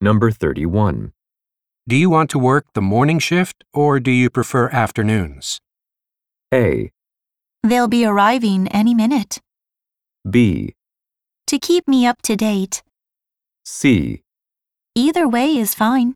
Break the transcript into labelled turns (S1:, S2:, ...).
S1: Number 31.
S2: Do you want to work the morning shift or do you prefer afternoons?
S1: A,
S3: They'll be arriving any minute.
S1: B,
S3: To keep me up to date,
S1: C.
S3: either way is fine.